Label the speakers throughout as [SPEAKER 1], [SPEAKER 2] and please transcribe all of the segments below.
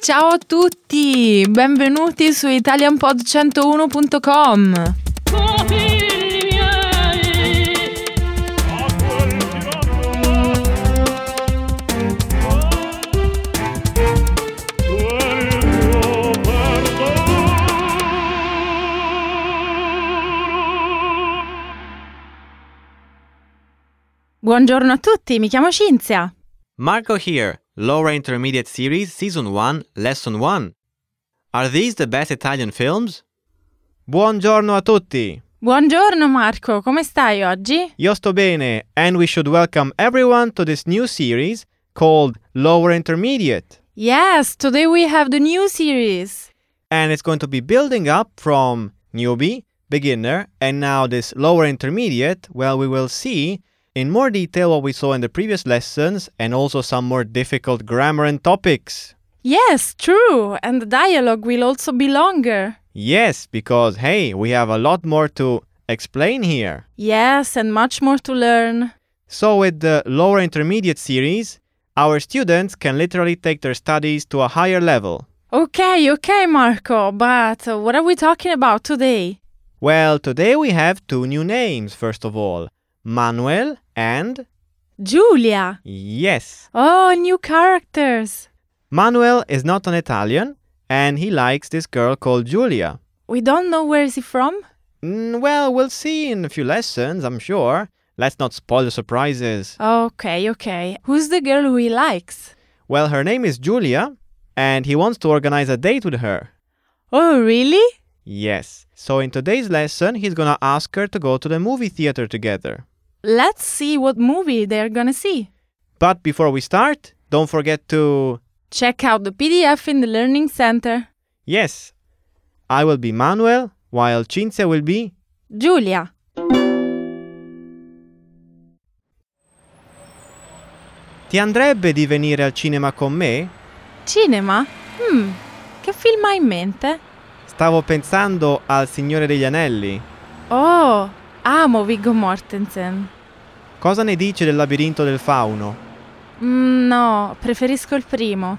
[SPEAKER 1] Ciao a tutti, benvenuti su italianpod101.com. Buongiorno a tutti, mi chiamo Cinzia.
[SPEAKER 2] Marco here, Laura Intermediate Series, Season 1, Lesson 1. Are these the best Italian films?
[SPEAKER 3] Buongiorno a tutti.
[SPEAKER 1] Buongiorno Marco, come stai oggi?
[SPEAKER 3] Io sto bene, and we should welcome everyone to this new series called Lower Intermediate.
[SPEAKER 1] Yes, today we have the new series.
[SPEAKER 3] And it's going to be building up from newbie, beginner, and now this lower intermediate. Well, we will see in more detail what we saw in the previous lessons and also some more difficult grammar and topics.
[SPEAKER 1] Yes, true, and the dialogue will also be longer.
[SPEAKER 3] Yes, because hey, we have a lot more to explain here.
[SPEAKER 1] Yes, and much more to learn.
[SPEAKER 3] So, with the lower intermediate series, our students can literally take their studies to a higher level.
[SPEAKER 1] Okay, okay, Marco, but uh, what are we talking about today?
[SPEAKER 3] Well, today we have two new names, first of all Manuel and
[SPEAKER 1] Giulia.
[SPEAKER 3] yes.
[SPEAKER 1] Oh, new characters.
[SPEAKER 3] Manuel is not an Italian and he likes this girl called Giulia.
[SPEAKER 1] We don't know where is he from?
[SPEAKER 3] Mm, well, we'll see in a few lessons, I'm sure. Let's not spoil the surprises.
[SPEAKER 1] Okay, okay. Who's the girl who he likes?
[SPEAKER 3] Well, her name is Julia, and he wants to organize a date with her.
[SPEAKER 1] Oh, really?
[SPEAKER 3] Yes. So in today's lesson, he's gonna ask her to go to the movie theater together.
[SPEAKER 1] Let's see what movie they're gonna see.
[SPEAKER 3] But before we start, don't forget to.
[SPEAKER 1] Check out the PDF in the Learning Center.
[SPEAKER 3] Yes. I will be Manuel, while Cinzia will be.
[SPEAKER 1] Giulia.
[SPEAKER 3] Ti andrebbe di venire al cinema con me?
[SPEAKER 1] Cinema? Hmm, che film hai in mente?
[SPEAKER 3] Stavo pensando al Signore degli Anelli.
[SPEAKER 1] Oh, amo Viggo Mortensen.
[SPEAKER 3] Cosa ne dici del labirinto del fauno?
[SPEAKER 1] Mm, no, preferisco il primo.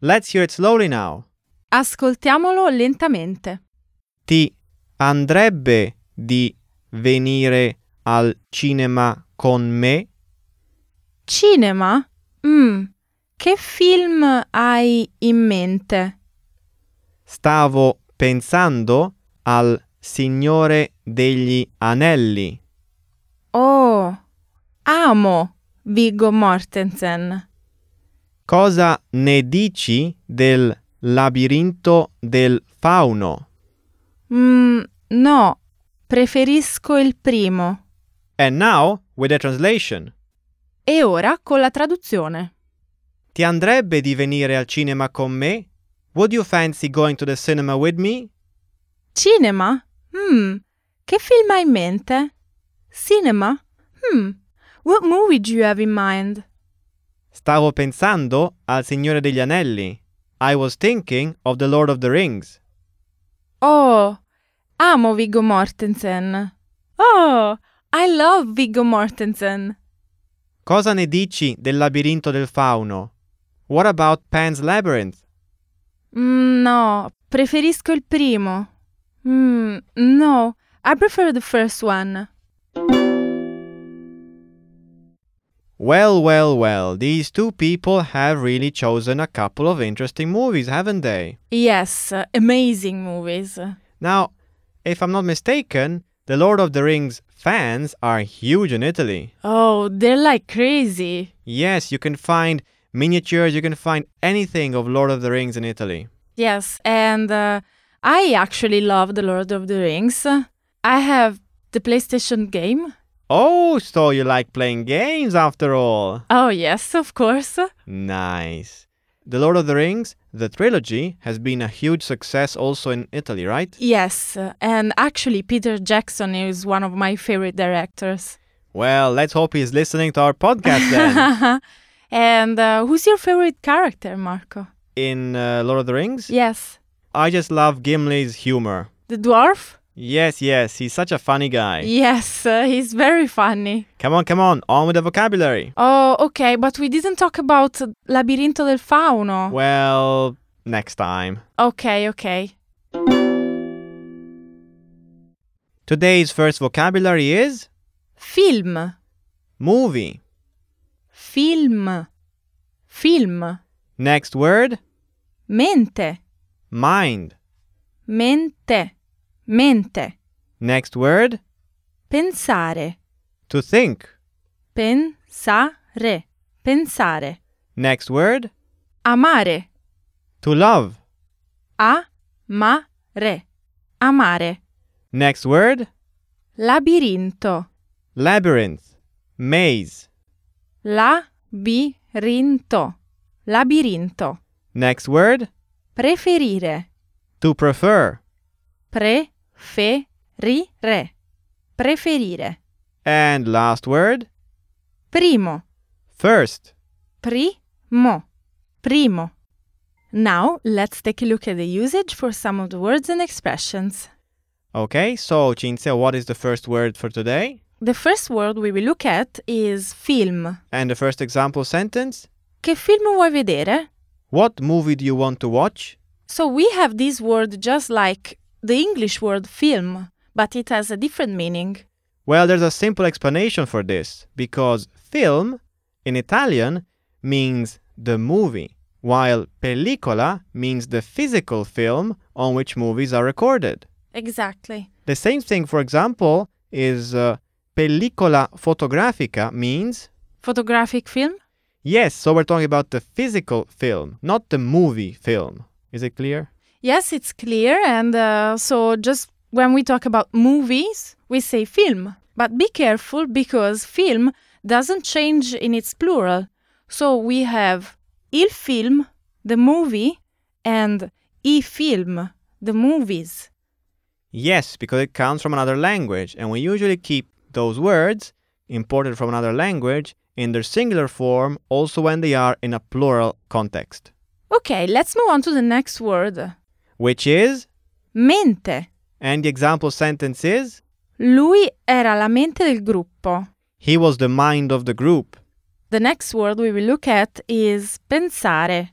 [SPEAKER 3] Let's hear it slowly now.
[SPEAKER 1] Ascoltiamolo lentamente.
[SPEAKER 3] ti andrebbe di venire al cinema con me?
[SPEAKER 1] Cinema? Mm, che film hai in mente?
[SPEAKER 3] Stavo pensando al Signore degli Anelli.
[SPEAKER 1] Oh, amo Viggo Mortensen.
[SPEAKER 3] Cosa ne dici del labirinto del fauno?
[SPEAKER 1] Mm, no, preferisco il primo.
[SPEAKER 3] And now with the translation.
[SPEAKER 1] E ora con la traduzione.
[SPEAKER 3] Ti andrebbe di venire al cinema con me? Would you fancy going to the cinema with me?
[SPEAKER 1] Cinema? Hmm. Che film hai in mente? Cinema? Hmm. What movie do you have in mind?
[SPEAKER 3] Stavo pensando al Signore degli Anelli. I was thinking of the Lord of the Rings.
[SPEAKER 1] Oh, amo Viggo Mortensen. Oh, I love Viggo Mortensen.
[SPEAKER 3] Cosa ne dici del labirinto del fauno? What about Pan's Labyrinth?
[SPEAKER 1] Mm, no, preferisco il primo. Mm, no, I prefer the first one.
[SPEAKER 3] Well, well, well, these two people have really chosen a couple of interesting movies, haven't they?
[SPEAKER 1] Yes, amazing movies.
[SPEAKER 3] Now, if I'm not mistaken, the Lord of the Rings fans are huge in Italy.
[SPEAKER 1] Oh, they're like crazy.
[SPEAKER 3] Yes, you can find miniatures, you can find anything of Lord of the Rings in Italy.
[SPEAKER 1] Yes, and uh, I actually love The Lord of the Rings. I have the PlayStation game.
[SPEAKER 3] Oh, so you like playing games after all.
[SPEAKER 1] Oh, yes, of course.
[SPEAKER 3] Nice. The Lord of the Rings, the trilogy, has been a huge success also in Italy, right?
[SPEAKER 1] Yes, and actually, Peter Jackson is one of my favorite directors.
[SPEAKER 3] Well, let's hope he's listening to our podcast then.
[SPEAKER 1] and uh, who's your favorite character, Marco?
[SPEAKER 3] in uh, Lord of the Rings,
[SPEAKER 1] Yes,
[SPEAKER 3] I just love Gimli's humor.
[SPEAKER 1] the dwarf?
[SPEAKER 3] Yes, yes, he's such a funny guy.
[SPEAKER 1] Yes, uh, he's very funny.
[SPEAKER 3] Come on, come on, on with the vocabulary.
[SPEAKER 1] Oh, okay, but we didn't talk about Labirinto del Fauno.
[SPEAKER 3] Well, next time.
[SPEAKER 1] Okay, okay.
[SPEAKER 3] Today's first vocabulary is
[SPEAKER 1] Film.
[SPEAKER 3] movie.
[SPEAKER 1] Film. Film.
[SPEAKER 3] Next word,
[SPEAKER 1] Mente.
[SPEAKER 3] mind.
[SPEAKER 1] Mente. Mente.
[SPEAKER 3] Next word,
[SPEAKER 1] Pensare.
[SPEAKER 3] to think.
[SPEAKER 1] Pensare. Pensare.
[SPEAKER 3] Next word,
[SPEAKER 1] Amare.
[SPEAKER 3] to love.
[SPEAKER 1] Amare. Amare.
[SPEAKER 3] Next word,
[SPEAKER 1] Labirinto.
[SPEAKER 3] labyrinth. Maze.
[SPEAKER 1] Labirinto. Labirinto.
[SPEAKER 3] Next word,
[SPEAKER 1] Preferire.
[SPEAKER 3] to prefer.
[SPEAKER 1] Preferire. Preferire.
[SPEAKER 3] And last word,
[SPEAKER 1] Primo.
[SPEAKER 3] first.
[SPEAKER 1] Primo. Primo. Now let's take a look at the usage for some of the words and expressions.
[SPEAKER 3] Okay, so Cinzia, what is the first word for today?
[SPEAKER 1] The first word we will look at is film.
[SPEAKER 3] And the first example sentence,
[SPEAKER 1] Che film vuoi vedere?
[SPEAKER 3] what movie do you want to watch?
[SPEAKER 1] So we have this word just like the English word film, but it has a different meaning.
[SPEAKER 3] Well, there's a simple explanation for this because film in Italian means the movie, while pellicola means the physical film on which movies are recorded.
[SPEAKER 1] Exactly.
[SPEAKER 3] The same thing, for example, is uh, pellicola fotografica means
[SPEAKER 1] Photographic film?
[SPEAKER 3] yes, so we're talking about the physical film, not the movie film. Is it clear?
[SPEAKER 1] Yes, it's clear. And uh, so just when we talk about movies, we say film. But be careful because film doesn't change in its plural. So we have il film, the movie, and i film, the movies.
[SPEAKER 3] Yes, because it comes from another language, and we usually keep those words imported from another language in their singular form also when they are in a plural context,
[SPEAKER 1] Okay, let's move on to the next word.
[SPEAKER 3] which is,
[SPEAKER 1] Mente.
[SPEAKER 3] and the example sentence is,
[SPEAKER 1] Lui era la mente del gruppo.
[SPEAKER 3] he was the mind of the group.
[SPEAKER 1] The next word we will look at is pensare.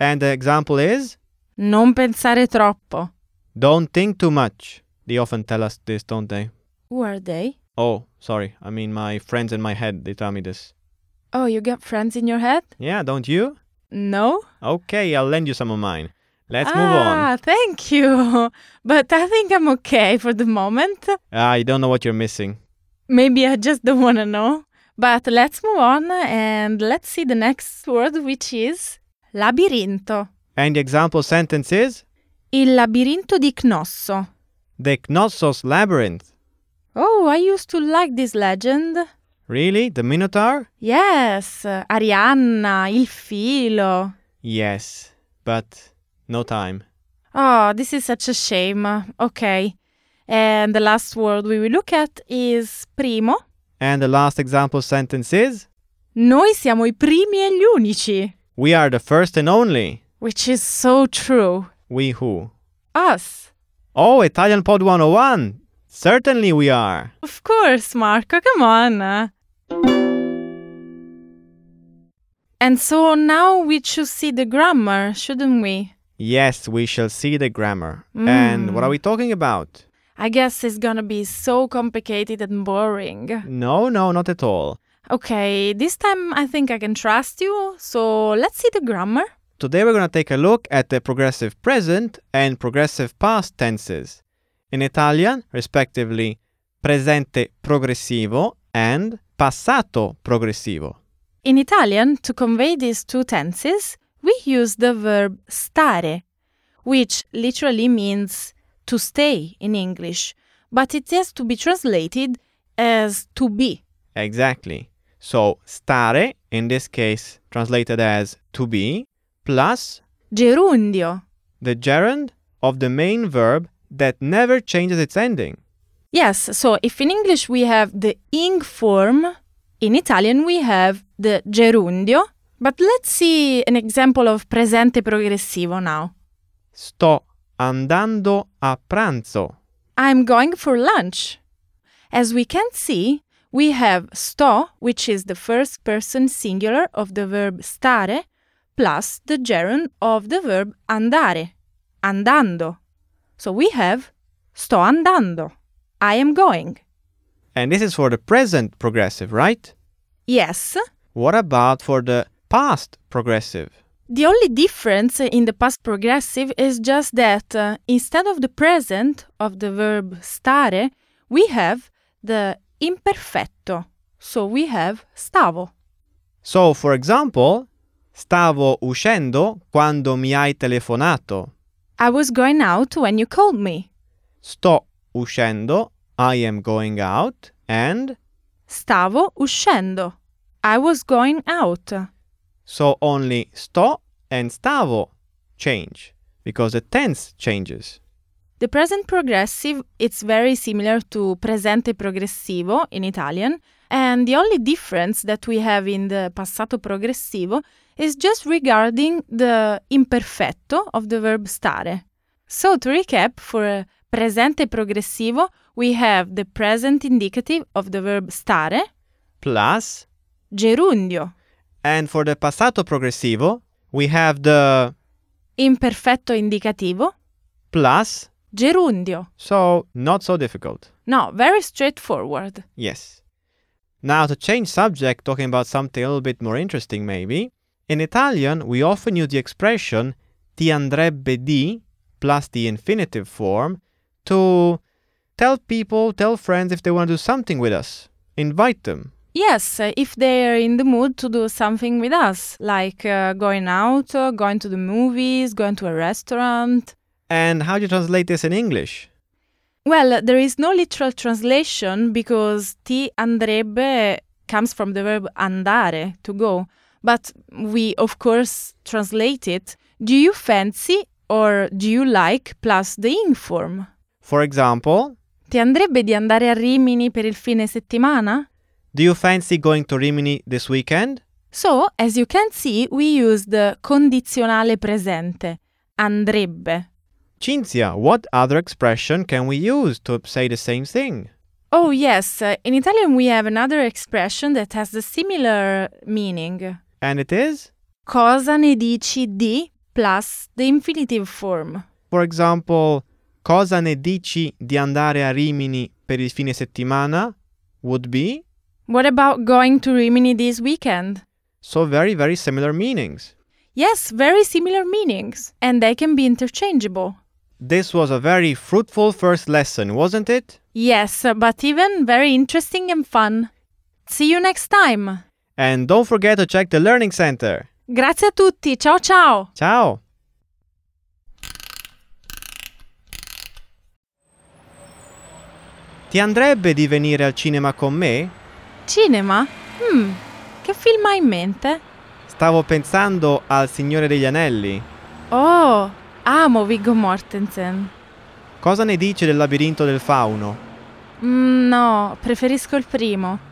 [SPEAKER 3] And the example is,
[SPEAKER 1] Non pensare troppo.
[SPEAKER 3] don't think too much. They often tell us this, don't they?
[SPEAKER 1] Who are they?
[SPEAKER 3] Oh, sorry, I mean, my friends in my head, they tell me this.
[SPEAKER 1] Oh, you got friends in your head?
[SPEAKER 3] Yeah, don't you?
[SPEAKER 1] No.
[SPEAKER 3] Okay, I'll lend you some of mine. Let's
[SPEAKER 1] ah,
[SPEAKER 3] move on.
[SPEAKER 1] thank you. But I think I'm okay for the moment.
[SPEAKER 3] I Ah, don't know what you're missing.
[SPEAKER 1] Maybe I just don't want to know. But let's move on and let's see the next word, which is labirinto.
[SPEAKER 3] And the example sentence is
[SPEAKER 1] Il labirinto di Cnosso.
[SPEAKER 3] The Knossos Labyrinth.
[SPEAKER 1] Oh, I used to like this legend.
[SPEAKER 3] Really? The Minotaur?
[SPEAKER 1] Yes, Arianna, il filo.
[SPEAKER 3] Yes, but no time.
[SPEAKER 1] Oh, this is such a shame. Okay. And the last word we will look at is primo,
[SPEAKER 3] And the last example sentence is
[SPEAKER 1] Noi siamo i primi e gli unici.
[SPEAKER 3] We are the first and only.
[SPEAKER 1] Which is so true.
[SPEAKER 3] We who?
[SPEAKER 1] Us.
[SPEAKER 3] Oh, Italian Pod 101! Certainly we are!
[SPEAKER 1] Of course, Marco, come on. And so now we should see the grammar, shouldn't we?
[SPEAKER 3] Yes, we shall see the grammar. And what are we talking about?
[SPEAKER 1] I guess it's gonna be so complicated and boring.
[SPEAKER 3] No, no, not at all.
[SPEAKER 1] Okay, this time I think I can trust you, so let's see the grammar.
[SPEAKER 3] Today we're going to take a look at the progressive present and progressive past tenses. In Italian, respectively, presente progressivo and passato progressivo.
[SPEAKER 1] In Italian, to convey these two tenses, we use the verb stare, which literally means to stay in English, but it has to be translated as to be.
[SPEAKER 3] Exactly. So, stare, in this case translated as to be, plus
[SPEAKER 1] Gerundio.
[SPEAKER 3] the gerund of the main verb that never changes its ending.
[SPEAKER 1] Yes, so if in English we have the ing form, in Italian we have the gerundio. But let's see an example of presente progressivo now.
[SPEAKER 3] Sto andando a pranzo.
[SPEAKER 1] I'm going for lunch. As we can see, we have sto, which is the first person singular of the verb stare, plus the gerund of the verb andare, andando. So we have sto andando. I am going.
[SPEAKER 3] And this is for the present progressive, right?
[SPEAKER 1] Yes.
[SPEAKER 3] What about for the past progressive?
[SPEAKER 1] The only difference in the past progressive is just that uh, instead of the present of the verb stare, we have the imperfetto. So we have stavo.
[SPEAKER 3] So, for example, stavo uscendo quando mi hai telefonato.
[SPEAKER 1] I was going out when you called me.
[SPEAKER 3] Sto uscendo, I am going out, and
[SPEAKER 1] Stavo uscendo. I was going out.
[SPEAKER 3] so only sto and stavo change because the tense changes.
[SPEAKER 1] The present progressive it's very similar to presente progressivo in Italian and the only difference that we have in the passato progressivo is just regarding the imperfetto of the verb stare. So to recap for uh, presente progressivo we have the present indicative of the verb stare,
[SPEAKER 3] Plus,
[SPEAKER 1] gerundio,
[SPEAKER 3] and for the passato progressivo, we have the
[SPEAKER 1] imperfetto indicativo,
[SPEAKER 3] plus,
[SPEAKER 1] gerundio.
[SPEAKER 3] so not so difficult.
[SPEAKER 1] No, very straightforward.
[SPEAKER 3] Yes. Now, to change subject, talking about something a little bit more interesting, maybe. In Italian, we often use the expression ti andrebbe di plus the infinitive form to tell people, tell friends if they want to do something with us, invite them.
[SPEAKER 1] Yes, uh, if they're in the mood to do something with us, like uh, going out, uh, going to the movies, going to a restaurant.
[SPEAKER 3] And how do you translate this in English?
[SPEAKER 1] Well, uh, there is no literal translation because ti andrebbe comes from the verb andare, to go. But we, of course, translate it do you fancy or do you like plus the ing form.
[SPEAKER 3] For example,
[SPEAKER 1] Ti andrebbe di andare a Rimini per il fine settimana?
[SPEAKER 3] do you fancy going to Rimini this weekend?
[SPEAKER 1] So, as you can see, we use the condizionale presente, andrebbe.
[SPEAKER 3] Cinzia, what other expression can we use to say the same thing?
[SPEAKER 1] Oh, yes, uh, in Italian we have another expression that has a similar meaning.
[SPEAKER 3] And it is,
[SPEAKER 1] Cosa ne dici di plus the infinitive form.
[SPEAKER 3] for example, cosa ne dici di andare a Rimini per il fine settimana would be
[SPEAKER 1] What about going to Rimini this weekend?
[SPEAKER 3] so very, very similar meanings.
[SPEAKER 1] Yes, very similar meanings, and they can be interchangeable.
[SPEAKER 3] This was a very fruitful first lesson, wasn't it?
[SPEAKER 1] Yes, uh, but even very interesting and fun. See you next time.
[SPEAKER 3] And don't forget to check the Learning Center.
[SPEAKER 1] Grazie a tutti, ciao ciao!
[SPEAKER 3] Ciao! Ti andrebbe di venire al cinema con me?
[SPEAKER 1] Cinema? Hmm, che film hai in mente?
[SPEAKER 3] Stavo pensando al Signore degli Anelli.
[SPEAKER 1] Oh, amo Viggo Mortensen.
[SPEAKER 3] Cosa ne dici del labirinto del fauno?
[SPEAKER 1] Mm, no, preferisco il primo.